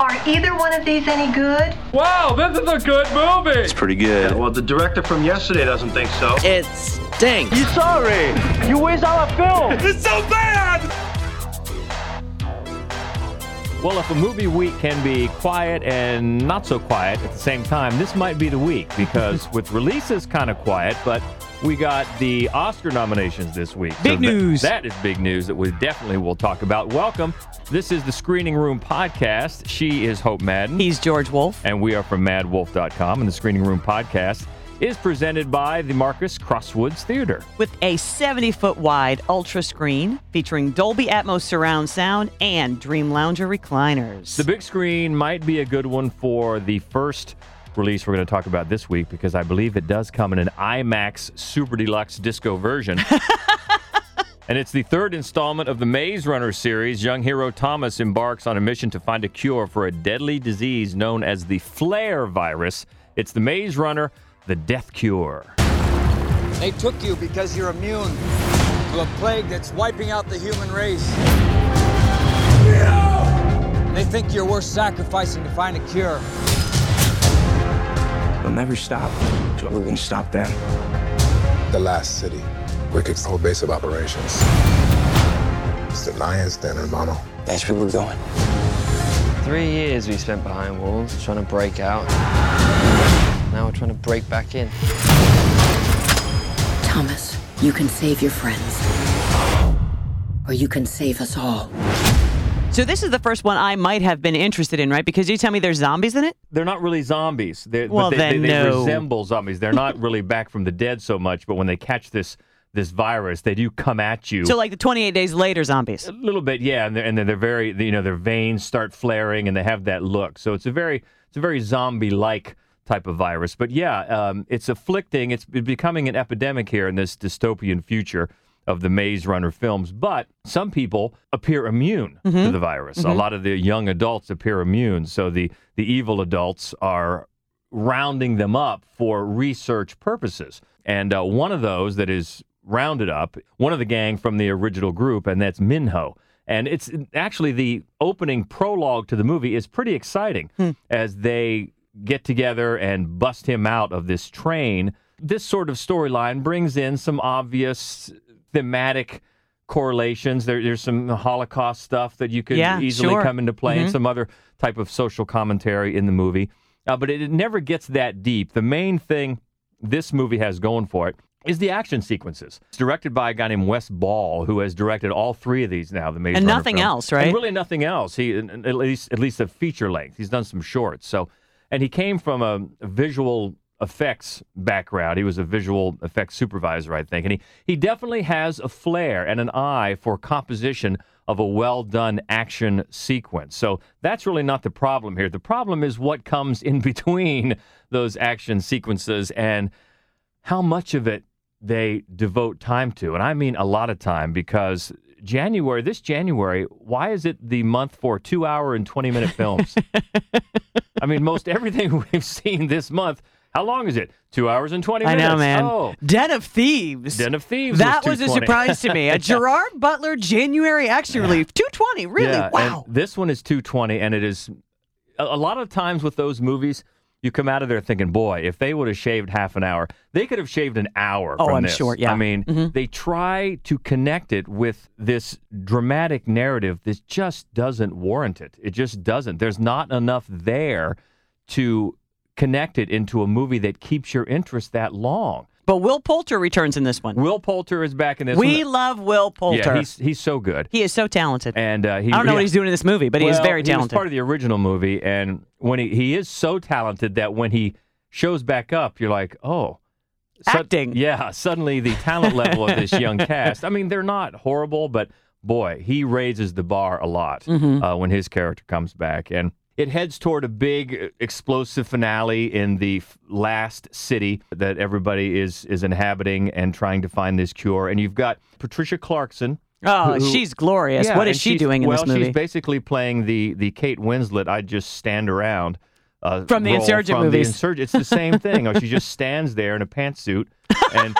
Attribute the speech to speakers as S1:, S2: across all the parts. S1: Are either one of these any good?
S2: Wow, this is a good movie.
S3: It's pretty good.
S4: Well, the director from yesterday doesn't think so.
S5: It stinks.
S6: Sorry, you waste our film.
S7: Well, if a movie week can be quiet and not so quiet at the same time, this might be the week because with releases kind of quiet, but we got the Oscar nominations this week.
S8: Big
S7: tha-
S8: news.
S7: that is big news that we definitely will talk about. Welcome. This is the Screening Room podcast. She is Hope Madden.
S8: He's George Wolf.
S7: and we are from madwolf.com. And the Screening Room podcast is presented by the Marcus Crosswoods Theater.
S8: with a 70 foot wide ultra screen featuring Dolby Atmos surround sound and Dream Lounger recliners.
S7: The big screen might be a good one for the first release we're going to talk about this week because I believe it does come in an IMAX Super Deluxe Disco version. And it's the third installment of the Maze Runner series. Young hero Thomas embarks on a mission to find a cure for a deadly disease known as the Flare virus. It's the Maze Runner, the Death Cure.
S9: They took you because you're immune to a plague that's wiping out the human race. They think you're worth sacrificing to find a cure.
S10: They'll never stop, so we won't stop them.
S11: the last city where Wicked's whole base of operations. It's the lion's den, hermano.
S10: That's where we're going.
S9: Three years we spent behind walls trying to break out. Now we're trying to break back in.
S12: Thomas, you can save your friends. Or you can save us all.
S8: so, this is the first one I might have been interested in, right? Because you tell me there's zombies in it?
S7: they're not really zombies. They're,
S8: Well,
S7: but they,
S8: then
S7: they, they
S8: no.
S7: resemble zombies. They're not really back from the dead so much, but when they catch this this virus, they do come at you.
S8: So, like the 28 days later zombies.
S7: a little bit, yeah, and they're, and they're they're very, you know, their veins start flaring and they have that look. So it's a very, it's a very zombie-like type of virus. But yeah, um, it's afflicting. It's becoming an epidemic here in this dystopian future of the Maze Runner films. But some people appear immune to the virus. A lot of the young adults appear immune. So the the evil adults are rounding them up for research purposes. And uh, one of those that is rounded up, one of the gang from the original group, and that's Minho. And it's actually the opening prologue to the movie is pretty exciting
S8: Hmm.
S7: as they get together and bust him out of this train. This sort of storyline brings in some obvious thematic correlations. There, there's some Holocaust stuff that you could
S8: Yeah,
S7: easily
S8: sure.
S7: come into play and
S8: Mm-hmm.
S7: some other type of social commentary in the movie. Uh, but it, it never gets that deep. The main thing this movie has going for it is the action sequences. It's directed by a guy named Wes Ball, who has directed all three of these now. The Maze
S8: And
S7: Runner
S8: nothing
S7: films.
S8: else, right?
S7: And really nothing else. He at least at least a feature length. He's done some shorts. So, and he came from a visual effects background. He was a visual effects supervisor, I think, and he he definitely has a flair and an eye for composition of a well done action sequence. So that's really not the problem here. The problem is what comes in between those action sequences and how much of it they devote time to. And I mean a lot of time because January, this January, why is it the month for two hour and 20 minute films? I mean, most everything we've seen this month, how long is it? Two hours and 20
S8: I
S7: minutes.
S8: know, man.
S7: Oh,
S8: Den of Thieves.
S7: Den of Thieves.
S8: that was a
S7: 220.
S8: surprise to me. A Gerard Butler January action relief. 220, really?
S7: Yeah, and
S8: wow.
S7: this one is 220, and it is a, a lot of times with those movies. You come out of there thinking, boy, if they would have shaved half an hour, they could have shaved an hour.
S8: Oh,
S7: from
S8: I'm
S7: this.
S8: sure, yeah. Mm-hmm.
S7: I mean, they try to connect it with this dramatic narrative that just doesn't warrant it. It just doesn't. There's not enough there to connect it into a movie that keeps your interest that long.
S8: But Will Poulter returns in this one.
S7: Will Poulter is back in this.
S8: we
S7: one.
S8: love Will Poulter.
S7: Yeah, he's he's so good.
S8: he is so talented.
S7: And uh, he,
S8: I don't know
S7: yeah.
S8: what he's doing in this movie, but he is
S7: Well,
S8: very
S7: He was
S8: talented.
S7: part of the original movie, and when he, he is so talented that when he shows back up, you're like, oh, Sud-
S8: Acting.
S7: yeah, suddenly the talent level of this young cast. I mean, they're not horrible, but boy, he raises the bar a lot
S8: Mm-hmm.
S7: uh, when his character comes back, and it heads toward a big uh, explosive finale in the f- last city that everybody is is inhabiting and trying to find this cure. And you've got Patricia Clarkson.
S8: Oh,
S7: who- who-
S8: she's glorious. what is
S7: and
S8: she
S7: she's-
S8: doing in
S7: well,
S8: this movie?
S7: she's basically playing the the Kate Winslet. I just stand around. Uh,
S8: From the
S7: role
S8: Insurgent
S7: from
S8: movies.
S7: The Insurgent. It's the same thing. oh, she just stands there in a pantsuit, and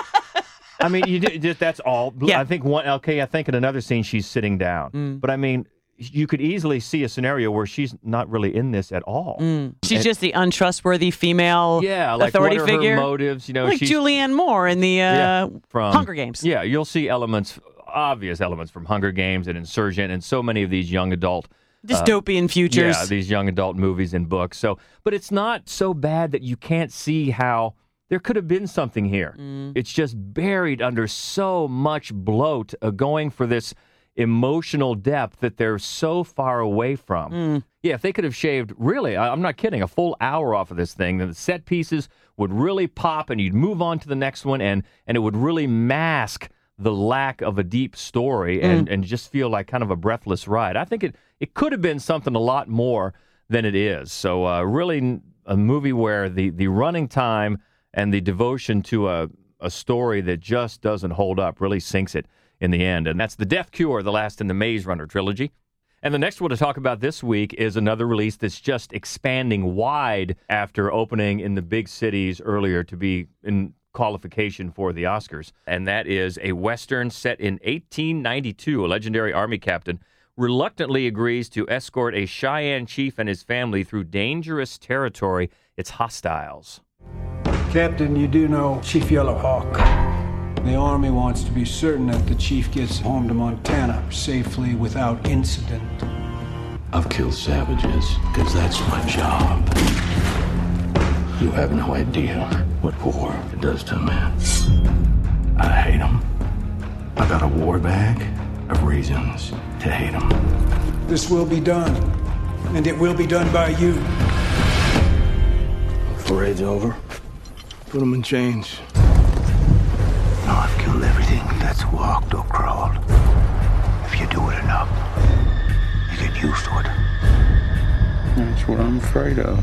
S7: I mean, you did, that's all.
S8: Yeah. Mm.
S7: I think one. Okay, I think in another scene she's sitting down. But I mean, you could easily see a scenario where she's not really in this at all.
S8: She's just the untrustworthy female
S7: eh, Yeah, like
S8: Mm. authority
S7: what are
S8: figure.
S7: her motives? You know,
S8: like
S7: she's
S8: Julianne Moore in the uh,
S7: yeah,
S8: Hunger Games.
S7: Yeah, you'll see elements, obvious elements from Hunger Games and Insurgent, and so many of these young adult.
S8: Dystopian futures.
S7: Yeah, these young adult movies and books. So, but it's not so bad that you can't see how there could have been something here. It's just buried under so much bloat, uh, going for this emotional depth that they're so far away from. Yeah, if they could have shaved, really, I, I'm not kidding, a full hour off of this thing, then the set pieces would really pop, and you'd move on to the next one, and and it would really mask the lack of a deep story and, and just feel like kind of a breathless ride. I think it, it could have been something a lot more than it is. So, uh, really, n- a movie where the, the running time and the devotion to a, a story that just doesn't hold up really sinks it in the end. And that's The Death Cure, the last in the Maze Runner trilogy. And the next one to talk about this week is another release that's just expanding wide after opening in the big cities earlier to be in qualification for the Oscars. And that is a Western set in 1892. A legendary Army captain reluctantly agrees to escort a Cheyenne chief and his family through dangerous territory, its hostiles.
S3: Captain, you do know Chief Yellow Hawk. The Army wants to be certain that the Chief gets home to Montana safely without incident.
S5: I've killed savages because that's my job. You have no idea what war does to a man. I hate them. I got a war bag of reasons to hate them.
S3: This will be done, and it will be done by you.
S5: Parade's over.
S10: Put them in chains.
S5: No, I've killed everything that's walked or crawled. If you do it enough, you get used to it.
S10: That's what I'm afraid of.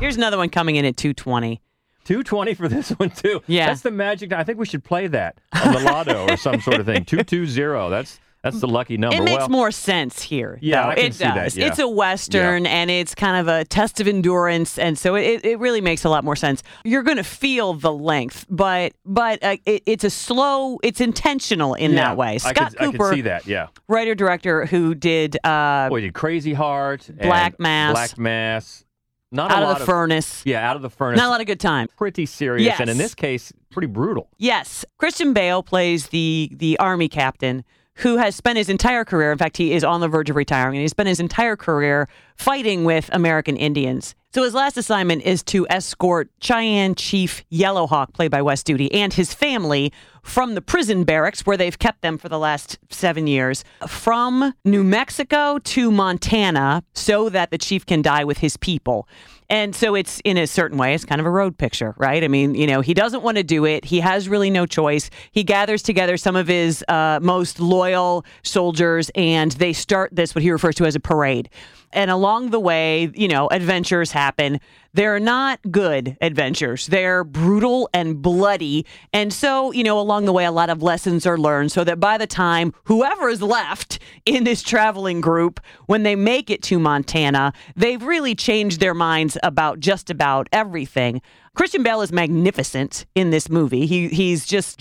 S8: Here's another one coming in at 220.
S7: 220 for this one too.
S8: Yeah.
S7: That's the magic. I think we should play that on the lotto or some sort of thing. 220. That's that's the lucky number.
S8: It makes
S7: well,
S8: more sense here.
S7: Yeah,
S8: though.
S7: I can
S8: it
S7: see that,
S8: does.
S7: yeah.
S8: It's a western, and it's kind of a test of endurance, and so it, it really makes a lot more sense. You're going to feel the length, but but uh, it, it's a slow. It's intentional in
S7: Yeah,
S8: that way. Scott
S7: I could, I
S8: Cooper,
S7: could see that. Yeah.
S8: writer director who did uh,
S7: What is it? Crazy Heart, and
S8: Black Mass.
S7: Black Mass. Not
S8: Out
S7: a
S8: of
S7: lot
S8: the Furnace.
S7: Yeah, out of the furnace.
S8: Not a lot of good time.
S7: pretty serious, and in
S8: Yes.
S7: this case, pretty brutal.
S8: Yes, Christian Bale plays the the army captain who has spent his entire career. In fact, he is on the verge of retiring, and he's spent his entire career fighting with American Indians. So his last assignment is to escort Cheyenne Chief Yellowhawk, played by West Duty, and his family from the prison barracks where they've kept them for the last seven years, from New Mexico to Montana, so that the chief can die with his people. And so it's in a certain way, it's kind of a road picture, right? I mean, you know, he doesn't want to do it. He has really no choice. He gathers together some of his uh, most loyal soldiers and they start this, what he refers to as a parade. And along the way, you know, adventures happen. They're not good adventures, they're brutal and bloody. And so, you know, along the way, a lot of lessons are learned so that by the time whoever is left in this traveling group, when they make it to Montana, they've really changed their minds about just about everything. Christian Bale is magnificent in this movie. He he's just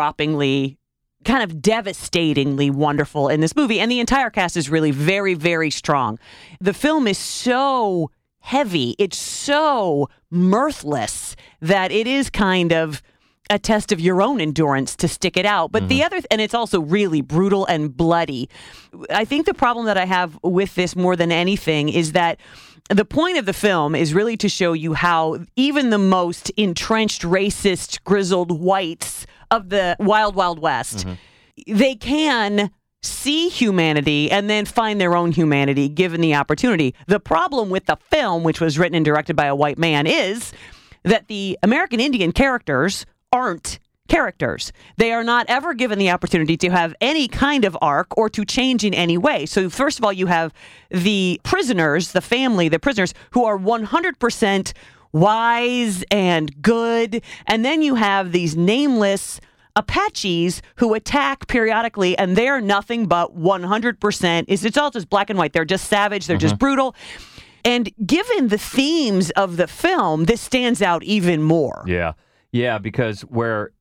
S8: jaw-droppingly kind of devastatingly wonderful in this movie and the entire cast is really very very strong. The film is so heavy, it's so mirthless that it is kind of a test of your own endurance to stick it out. But the other, and it's also really brutal and bloody. I think the problem that I have with this more than anything is that the point of the film is really to show you how even the most entrenched racist, grizzled whites of the wild, wild west, they can see humanity and then find their own humanity given the opportunity. The problem with the film, which was written and directed by a white man, is that the American Indian characters aren't characters. They are not ever given the opportunity to have any kind of arc or to change in any way. So first of all, you have the prisoners, the family, the prisoners who are 100% wise and good, and then you have these nameless Apaches who attack periodically, and they're nothing but 100%. Is it's all just black and white. They're just savage. They're just brutal. And given the themes of the film, this stands out even more.
S7: Yeah. Yeah, because where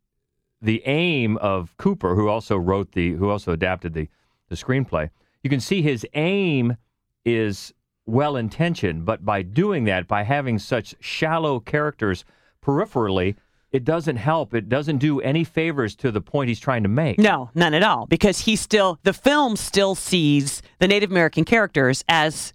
S7: the aim of Cooper, who also wrote the, who also adapted the, the screenplay, you can see his aim is well intentioned, but by doing that, by having such shallow characters peripherally, it doesn't help. It doesn't do any favors to the point he's trying to make.
S8: No, none at all. Because he still, the film still sees the Native American characters as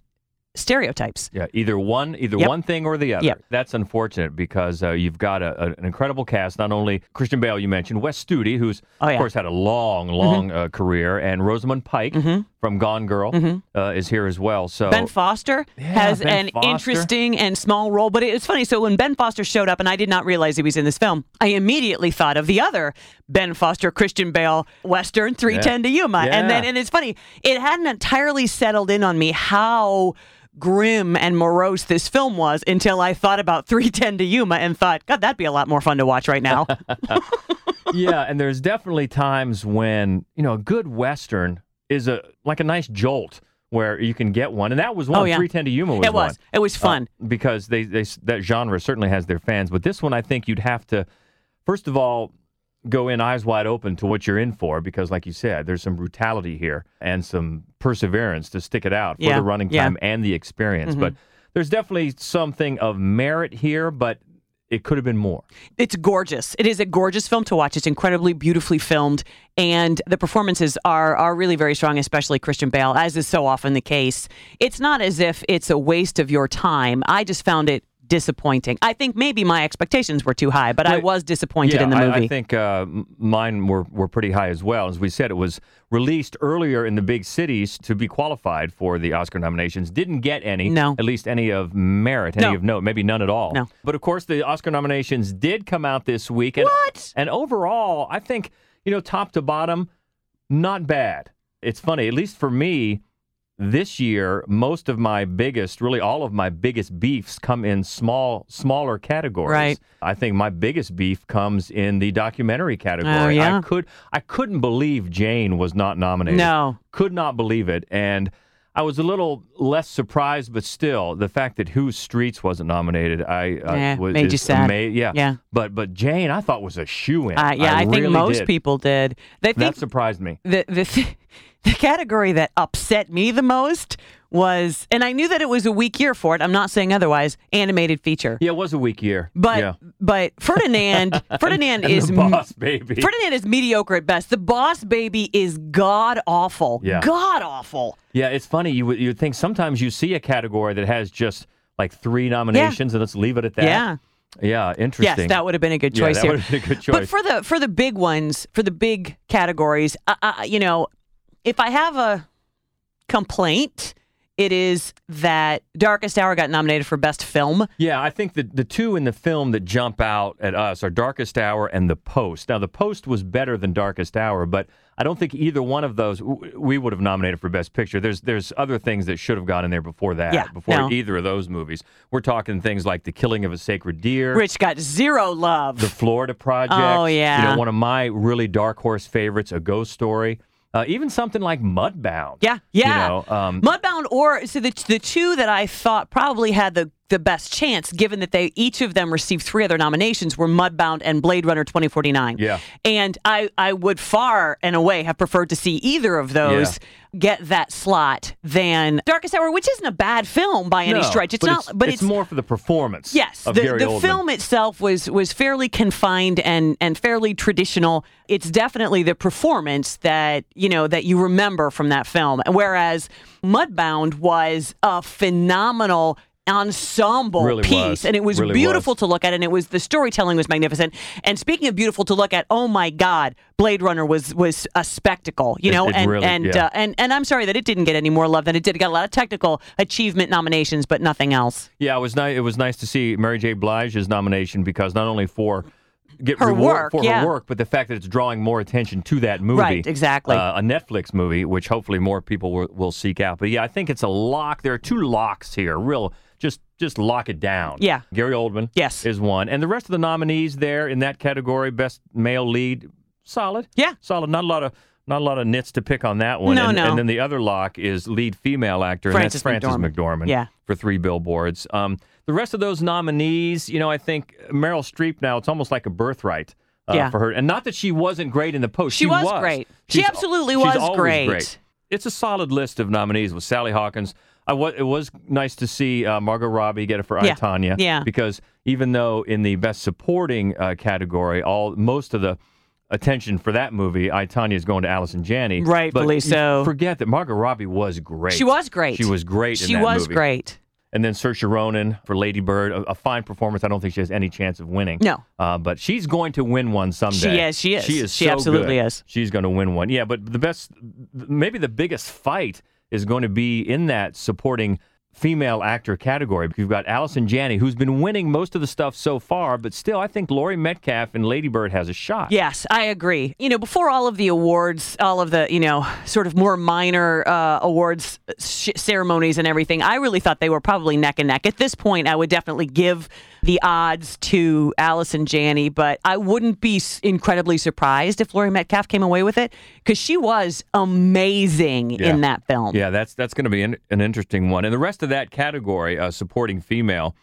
S8: stereotypes.
S7: Yeah, either one, either
S8: Yep.
S7: one thing or the other.
S8: Yep.
S7: That's unfortunate because uh, you've got a, a- an incredible cast. Not only Christian Bale, you mentioned Wes Studi, who's
S8: Oh, yeah. Mm-hmm.
S7: of course had a long, long uh, career, and Rosamund Pike from Gone Girl
S8: Mhm.
S7: uh, is here as well. So
S8: Mm-hmm. Ben Foster has
S7: Ben
S8: an
S7: Foster.
S8: interesting and small role, but it's funny. So when Ben Foster showed up, and I did not realize he was in this film, I immediately thought of the other Ben Foster, Christian Bale Western, Three Ten to Yuma, and then
S13: Yeah.
S8: and it's funny. It hadn't entirely settled in on me how grim and morose this film was until I thought about 310 to Yuma and thought, God, that'd be a lot more fun to watch right now.
S7: yeah, and there's definitely times when you know a good western is a like a nice jolt where you can get one, and that was one.
S8: Oh, yeah.
S7: 310 to Yuma was
S8: It was.
S7: one.
S8: It was
S7: Uh,
S8: fun.
S7: because they, they that genre certainly has their fans, but this one I think you'd have to first of all go in eyes wide open to what you're in for because like you said there's some brutality here and some perseverance to stick it out for
S14: Yeah.
S7: the running
S14: Yeah.
S7: time and the experience
S14: Mhm.
S7: but there's definitely something of merit here but it could have been more
S8: It's gorgeous. It is a gorgeous film to watch. It's incredibly beautifully filmed, and the performances are are really very strong, especially Christian Bale, as is so often the case. It's not as if it's a waste of your time. I just found it disappointing. I think maybe my expectations were too high, but I was disappointed
S7: yeah,
S8: in the
S7: I-
S8: movie.
S7: I, think uh, m- mine were, were pretty high as well. As we said, it was released earlier in the big cities to be qualified for the Oscar nominations. Didn't get any.
S14: No.
S7: At least any of merit, any
S14: No.
S7: of note, maybe none at all.
S14: No.
S7: But of course, the Oscar nominations did come out this week. And, what? And overall, I think, you know, top to bottom, not bad. It's funny, at least for me. This year, most of my biggest, really all of my biggest beefs come in small, smaller categories.
S8: Right.
S7: I think my biggest beef comes in the documentary category.
S8: Oh, yeah.
S7: I could I couldn't believe Jane was not nominated.
S8: No.
S7: Could not believe it. And I was a little less surprised, but still, the fact that Whose Streets wasn't nominated, I uh,
S8: Yeah,
S7: was
S8: made you
S7: is
S8: sad.
S7: ama- yeah,
S8: Yeah.
S7: But but Jane, I thought was a shoe in.
S8: Uh, yeah, I, think most people did. They
S7: that
S8: think
S7: surprised me.
S8: the the th- the category that upset me the most was, and I knew that it was a weak year for it. I'm not saying otherwise. Animated feature.
S7: Yeah, it was a weak year.
S8: But
S7: yeah.
S8: but Ferdinand Ferdinand
S7: And
S8: is
S7: the
S8: m-
S7: boss baby.
S8: Ferdinand is mediocre at best. The boss baby is god awful.
S7: Yeah.
S8: God awful.
S7: Yeah, it's funny. You would you would think sometimes you see a category that has just like three nominations, and let's leave it at that.
S8: Yeah.
S7: Yeah, interesting.
S8: Yes, that would have been a good
S7: Yeah,
S8: choice
S7: that
S8: here.
S7: would have been a good choice.
S8: But for the for the big ones, for the big categories, uh, uh, you know, if I have a complaint, it is that Darkest Hour got nominated for best film.
S7: Yeah, I think the the two in the film that jump out at us are Darkest Hour and The Post. Now, The Post was better than Darkest Hour, but I don't think either one of those w- we would have nominated for Best Picture. There's there's other things that should have gone in there before that,
S8: Yeah,
S7: before
S8: no.
S7: either of those movies. We're talking things like The Killing of a Sacred Deer.
S8: Which got zero love.
S7: The Florida Project.
S8: Oh,
S7: You know,
S8: yeah.
S7: one of my really dark horse favorites, A Ghost Story. Uh, even something like Mudbound. Yeah,
S8: yeah.
S7: You know, um,
S8: Mudbound or so the the two that I thought probably had the the best chance, given that they each of them received three other nominations, were Mudbound and Blade Runner 2049.
S7: Yeah.
S8: and I I would far and away have preferred to see either of those get that slot than Darkest Hour, which isn't a bad film by any
S7: no,
S8: stretch. It's
S7: but
S8: not, but
S7: it's, more for the performance.
S8: Yes,
S7: of
S8: the,
S7: Gary
S8: the
S7: Oldman.
S8: film itself was was fairly confined and and fairly traditional. It's definitely the performance that you know that you remember from that film. Whereas Mudbound was a phenomenal ensemble
S13: Really
S8: piece,
S13: was.
S8: and it was
S13: Really
S8: beautiful
S13: was.
S8: to look at, and it was the storytelling was magnificent. And speaking of beautiful to look at, oh my God, Blade Runner was was a spectacle, you
S13: It-
S8: know,
S13: it
S8: and
S13: really-
S8: and
S13: yeah.
S8: uh, and and I'm sorry that it didn't get any more love than it did. It got a lot of technical achievement nominations, but nothing else.
S7: Yeah, it was nice. It was nice to see Mary J. Blige's nomination because not only for get
S8: Her
S7: reward
S8: work,
S7: for
S8: yeah.
S7: her work, but the fact that it's drawing more attention to that movie,
S8: Right, exactly.
S7: uh, a Netflix movie, which hopefully more people will, will seek out. But yeah, I think it's a lock. There are two locks here. Real, just just lock it down.
S14: Yeah.
S7: Gary Oldman,
S8: yes,
S7: is one, and the rest of the nominees there in that category, best male lead, solid.
S8: Yeah,
S7: solid. Not a lot of. Not a lot of nits to pick on that one.
S8: No,
S7: and,
S8: no.
S7: and then the other lock is lead female actor,
S14: Frances
S7: and that's Frances
S14: McDormand.
S7: McDormand
S14: Yeah.
S7: for three billboards. Um, the rest of those nominees, you know, I think Meryl Streep now, it's almost like a birthright uh,
S8: Yeah.
S7: for her. And not that she wasn't great in the post.
S8: She was great. She
S7: She's-
S8: absolutely
S7: she's
S8: was
S7: always
S8: great.
S7: it's a solid list of nominees with Sally Hawkins. I wa- it was nice to see uh, Margot Robbie get it for
S8: Yeah.
S7: I Tanya.
S8: Yeah.
S7: Because even though in the best supporting uh, category, all most of the attention for that movie, I Tanya is going to Allison Janney.
S8: Rightfully
S7: you
S8: so.
S7: Forget that Margot Robbie was great.
S8: She was great.
S7: She was great. in
S8: She
S7: that
S8: was
S7: movie.
S8: great.
S7: And then Saoirse Ronan for Lady Bird, a, a fine performance. I don't think she has any chance of winning.
S8: No.
S7: uh, but she's going to win one someday.
S8: is, she is.
S7: She is.
S8: She
S7: so
S8: absolutely
S7: good.
S8: is.
S7: She's going to win one. Yeah, but the best, maybe the biggest fight is going to be in that supporting female actor category because you've got Allison Janney, who's been winning most of the stuff so far, but still, I think Laurie Metcalf and Lady Bird has a shot.
S8: Yes, I agree. You know, before all of the awards, all of the, you know, sort of more minor uh, awards sh- ceremonies and everything, I really thought they were probably neck and neck. At this point, I would definitely give the odds to Allison Janney, but I wouldn't be s- incredibly surprised if Laurie Metcalf came away with it because she was amazing
S7: Yeah.
S8: in that film.
S7: Yeah, that's that's going to be an, an interesting one. And the rest of that category, uh, supporting female,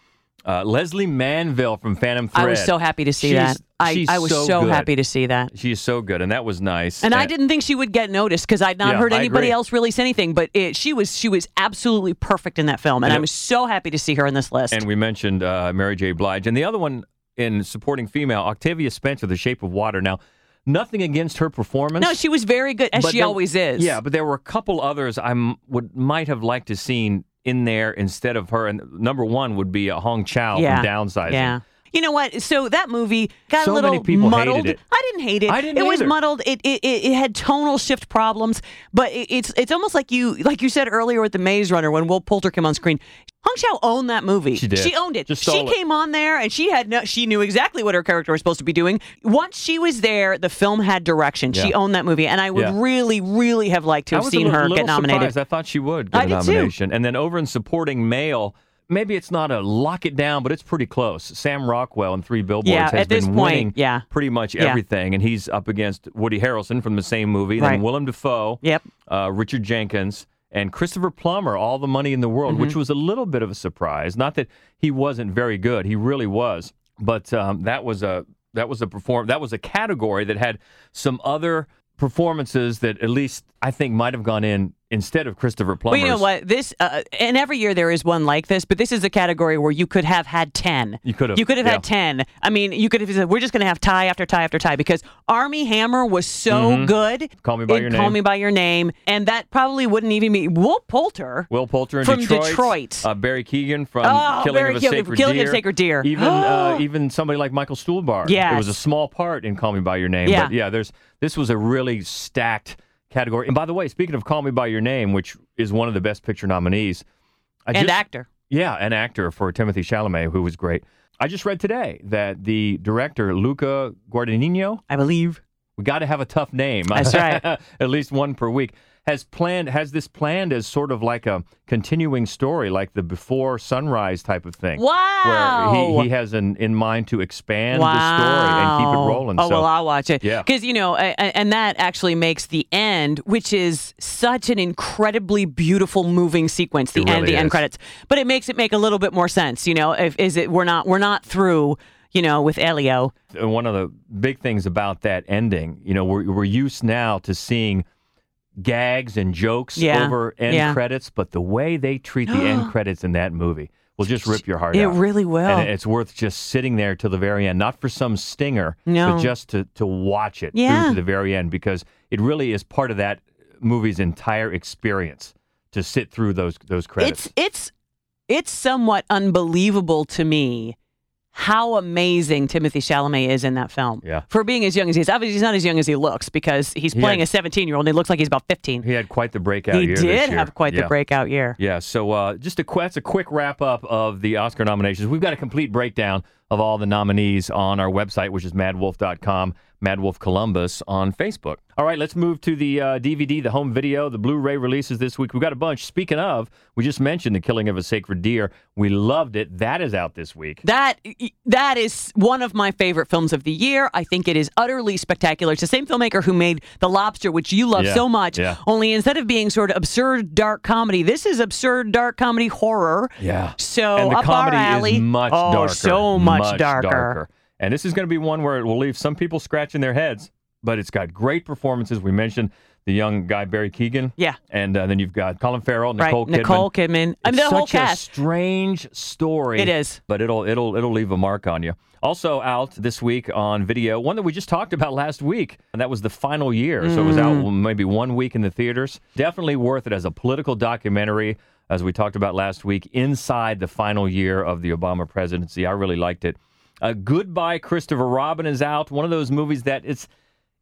S7: uh, Leslie Manville from Phantom Thread.
S8: I was so happy to see
S7: She's-
S8: that. I,
S7: she's
S8: I was so,
S7: good.
S8: happy to see that.
S7: She is so good, and that was nice.
S8: And I didn't think she would get noticed because I'd not
S7: Yeah,
S8: heard
S7: I
S8: anybody
S7: agree.
S8: else release anything. But it, she was she was absolutely perfect in that film, and
S7: And
S8: I
S7: it-
S8: was so happy to see her in this list.
S7: And we mentioned uh, Mary J. Blige, and the other one in supporting female, Octavia Spencer, The Shape of Water. Now, nothing against her performance.
S8: no, she was very good, as
S7: but
S8: she
S7: there-
S8: always is.
S7: Yeah, but there were a couple others I m- would might have liked to seen in there instead of her. And number one would be uh, Hong Chow
S8: Yeah.
S7: from Downsizing.
S8: Yeah. You know what? So that movie got
S7: So
S8: a little
S7: many people hated
S8: muddled.
S7: it.
S8: I didn't hate it.
S7: I didn't
S8: It was
S7: either.
S8: muddled. It it, it it had tonal shift problems, but it, it's it's almost like you like you said earlier with the Maze Runner when Will Poulter came on screen. Hong Chao owned that movie.
S7: She did.
S8: She owned it.
S7: Just
S8: she
S7: stole it.
S8: came on there and she had no. She knew exactly what her character was supposed to be doing. Once she was there, the film had direction. She
S7: Yeah.
S8: owned that movie, and I would
S7: Yeah.
S8: really, really have liked to
S7: I
S8: have
S7: was
S8: seen
S7: a little,
S8: her
S7: little
S8: get nominated.
S7: surprised. I thought she would get
S8: I
S7: a
S8: did too.
S7: nomination. And then over in supporting male, maybe it's not a lock it down, but it's pretty close. Sam Rockwell in Three Billboards
S8: Yeah,
S7: has
S8: at
S7: been
S8: this point,
S7: winning
S8: yeah.
S7: pretty much
S8: Yeah.
S7: everything, and he's up against Woody Harrelson from the same movie,
S8: Right.
S7: then Willem Dafoe,
S8: Yep.
S7: uh, Richard Jenkins. And Christopher Plummer, All the Money in the World, which
S8: Mm-hmm.
S7: was a little bit of a surprise. Not that he wasn't very good; he really was. But um, that was a that was a perform that was a category that had some other performances that at least I think might have gone in instead of Christopher Plummer.
S8: Well, you know what? This uh, and every year there is one like this, but this is a category where you could have had ten.
S7: You could have,
S8: You could have
S7: yeah.
S8: had ten. I mean, you could have said we're just going to have tie after tie after tie because Army Hammer was so
S7: Mhm.
S8: good.
S7: Call Me By
S8: in
S7: Your
S8: Call
S7: Name.
S8: Me by your name, and that probably wouldn't even be Will Poulter.
S7: Will Poulter in
S8: From
S7: Detroit.
S8: Detroit.
S7: Uh, Barry Keegan from
S8: Oh,
S7: Killing
S8: Barry
S7: of a
S8: Keoghan-
S7: Sacred
S8: Killing of
S7: Deer.
S8: a Sacred Deer.
S7: Even uh, even somebody like Michael Stuhlbarg. It
S8: Yes.
S7: was a small part in Call Me by Your Name.
S8: Yeah.
S7: But yeah, there's this was a really stacked category. And by the way, speaking of Call Me by Your Name, which is one of the best picture nominees, I
S8: and
S7: just-
S8: actor.
S7: Yeah, an actor for Timothy Chalamet, who was great. I just read today that the director Luca Guadagnino,
S8: I believe,
S7: we got to have a tough name.
S8: That's right.
S7: At least one per week. Has planned has this planned as sort of like a continuing story, like the before sunrise type of thing.
S8: Wow.
S7: Where he, he has an in mind to expand
S8: wow.
S7: the story and keep it rolling.
S8: Oh
S7: so
S8: well, I'll watch it.
S7: Yeah.
S8: because you know, a- a- and that actually makes the end, which is such an incredibly beautiful, moving sequence. The
S7: It
S8: end,
S7: really
S8: the end
S7: is.
S8: credits, but it makes it make a little bit more sense. You know, if is it we're not we're not through. You know, with Elio.
S7: And one of the big things about that ending, you know, we're, we're used now to seeing gags and jokes
S8: Yeah.
S7: over end
S8: Yeah.
S7: credits, but the way they treat the end credits in that movie will just rip your heart
S8: It
S7: out.
S8: really will.
S7: And it's worth just sitting there till the very end, not for some stinger,
S8: No.
S7: but just to, to watch it
S8: Yeah.
S7: through to the very end because it really is part of that movie's entire experience to sit through those those credits.
S8: It's it's it's somewhat unbelievable to me how amazing Timothy Chalamet is in that film.
S7: Yeah.
S8: For being as young as he is. Obviously he's not as young as he looks because he's
S7: He
S8: playing
S7: had-
S8: a 17-year-old and he looks like he's about 15.
S7: he had quite the breakout
S8: he
S7: year this
S8: did
S7: year.
S8: have quite the
S7: Yeah.
S8: breakout year.
S7: Yeah, so uh, just a qu- that's a quick wrap up of the Oscar nominations. We've got a complete breakdown of all the nominees on our website, which is madwolf.com, Madwolf Columbus on Facebook. All right, let's move to the uh, DVD, the home video, the Blu ray releases this week. We've got a bunch. Speaking of, we just mentioned The Killing of a Sacred Deer. We loved it. That is out this week.
S8: That that is one of my favorite films of the year. I think it is utterly spectacular. It's the same filmmaker who made The Lobster, which you love
S7: Yeah,
S8: so much.
S7: yeah.
S8: Only instead of being sort of absurd dark comedy, this is absurd dark comedy horror.
S7: Yeah.
S8: So
S7: and the
S8: up
S7: comedy
S8: our alley.
S7: is much
S8: oh,
S7: darker.
S8: so much,
S7: darker. And this is going to be one where it will leave some people scratching their heads, but it's got great performances. We mentioned the young guy Barry Keegan.
S8: Yeah.
S7: And uh, then you've got Colin Farrell,
S8: Right,
S7: Nicole Kidman.
S8: Nicole Kidman. I mean,
S7: It's
S8: the whole
S7: such a
S8: cast.
S7: strange story.
S8: It is.
S7: But it'll it'll it'll leave a mark on you. Also out this week on video, one that we just talked about last week, and that was the final year. So it was out
S8: Mm.
S7: maybe one week in the theaters. Definitely worth it as a political documentary, as we talked about last week, inside the final year of the Obama presidency. I really liked it. Uh, Goodbye, Christopher Robin is out. One of those movies that it's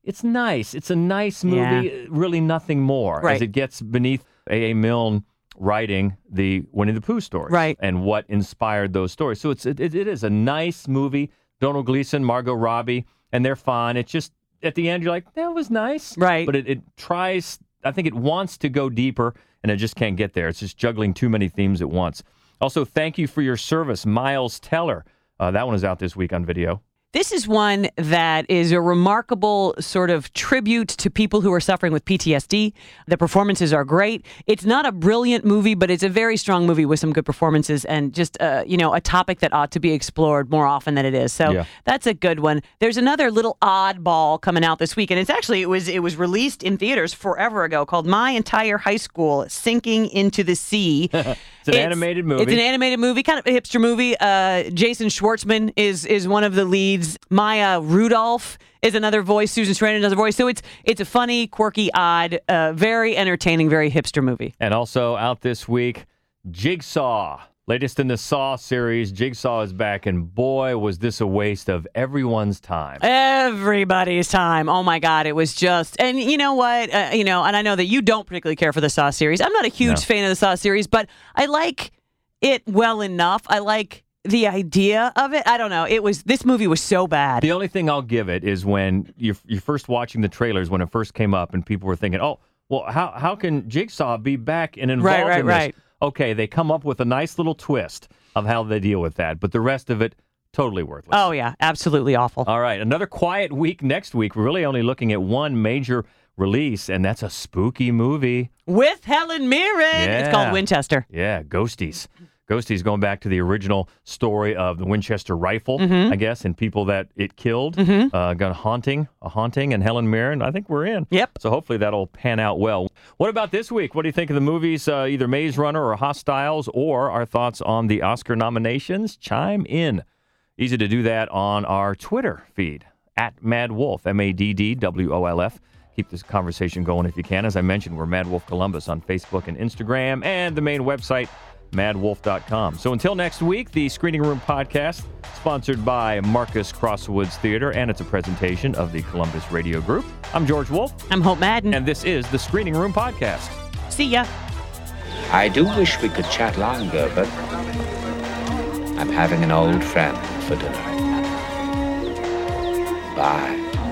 S7: it's nice. It's a nice movie.
S8: Yeah.
S7: Really, nothing more as
S8: Right.
S7: it gets beneath A. A. Milne writing the Winnie the Pooh stories,
S8: Right.
S7: And what inspired those stories. So it's it, it is a nice movie. Donald Gleason, Margot Robbie, and they're fine. It's just at the end you're like that was nice,
S8: right?
S7: But it, it tries. I think it wants to go deeper, and it just can't get there. It's just juggling too many themes at once. Also, thank you for your service, Miles Teller. Uh, that one is out this week on video.
S8: This is one that is a remarkable sort of tribute to people who are suffering with PTSD. The performances are great. It's not a brilliant movie, but it's a very strong movie with some good performances and just uh, you know a topic that ought to be explored more often than it is. So
S7: Yeah.
S8: that's a good one. There's another little oddball coming out this week, and it's actually it was it was released in theaters forever ago called My Entire High School Sinking into the Sea.
S7: It's an animated movie.
S8: It's an animated movie, kind of a hipster movie. Uh, Jason Schwartzman is is one of the leads. Maya Rudolph is another voice. Susan Sarandon another voice. So it's it's a funny, quirky, odd, uh, very entertaining, very hipster movie.
S7: And also out this week, Jigsaw. Latest in the Saw series, Jigsaw is back, and boy, was this a waste of everyone's time.
S8: Everybody's time. Oh my God, it was just. And you know what? Uh, you know, and I know that you don't particularly care for the Saw series. I'm not a huge
S7: No.
S8: fan of the Saw series, but I like it well enough. I like the idea of it. I don't know. It was this movie was so bad.
S7: The only thing I'll give it is when you're, you're first watching the trailers, when it first came up, and people were thinking, oh, well, how, how can Jigsaw be back and involved
S8: Right, right,
S7: in this?
S8: right.
S7: Okay, they come up with a nice little twist of how they deal with that, but the rest of it, totally worthless.
S8: Oh yeah, absolutely awful.
S7: All right, another quiet week next week. We're really only looking at one major release, and that's a spooky movie.
S8: with Helen Mirren. It's
S7: Yeah.
S8: called Winchester.
S7: Yeah, Ghosties. Ghosties going back to the original story of the Winchester rifle,
S8: Mhm.
S7: I guess, and people that it killed.
S8: Mhm.
S7: Uh, got a haunting, a haunting, and Helen Mirren. I think we're in.
S8: Yep.
S7: So hopefully that'll pan out well. What about this week? What do you think of the movies, uh, either Maze Runner or Hostiles, or our thoughts on the Oscar nominations? Chime in. Easy to do that on our Twitter feed at Mad Wolf, M A D D W O L F. Keep this conversation going if you can. As I mentioned, we're Mad Wolf Columbus on Facebook and Instagram and the main website, madwolf.com. So until next week, the Screening Room Podcast, sponsored by Marcus Crosswoods Theater, and it's a presentation of the Columbus Radio Group. I'm George Wolf.
S8: I'm Hope Madden.
S7: And this is the Screening Room Podcast.
S8: See ya.
S13: I do wish we could chat longer, but I'm having an old friend for dinner. Bye.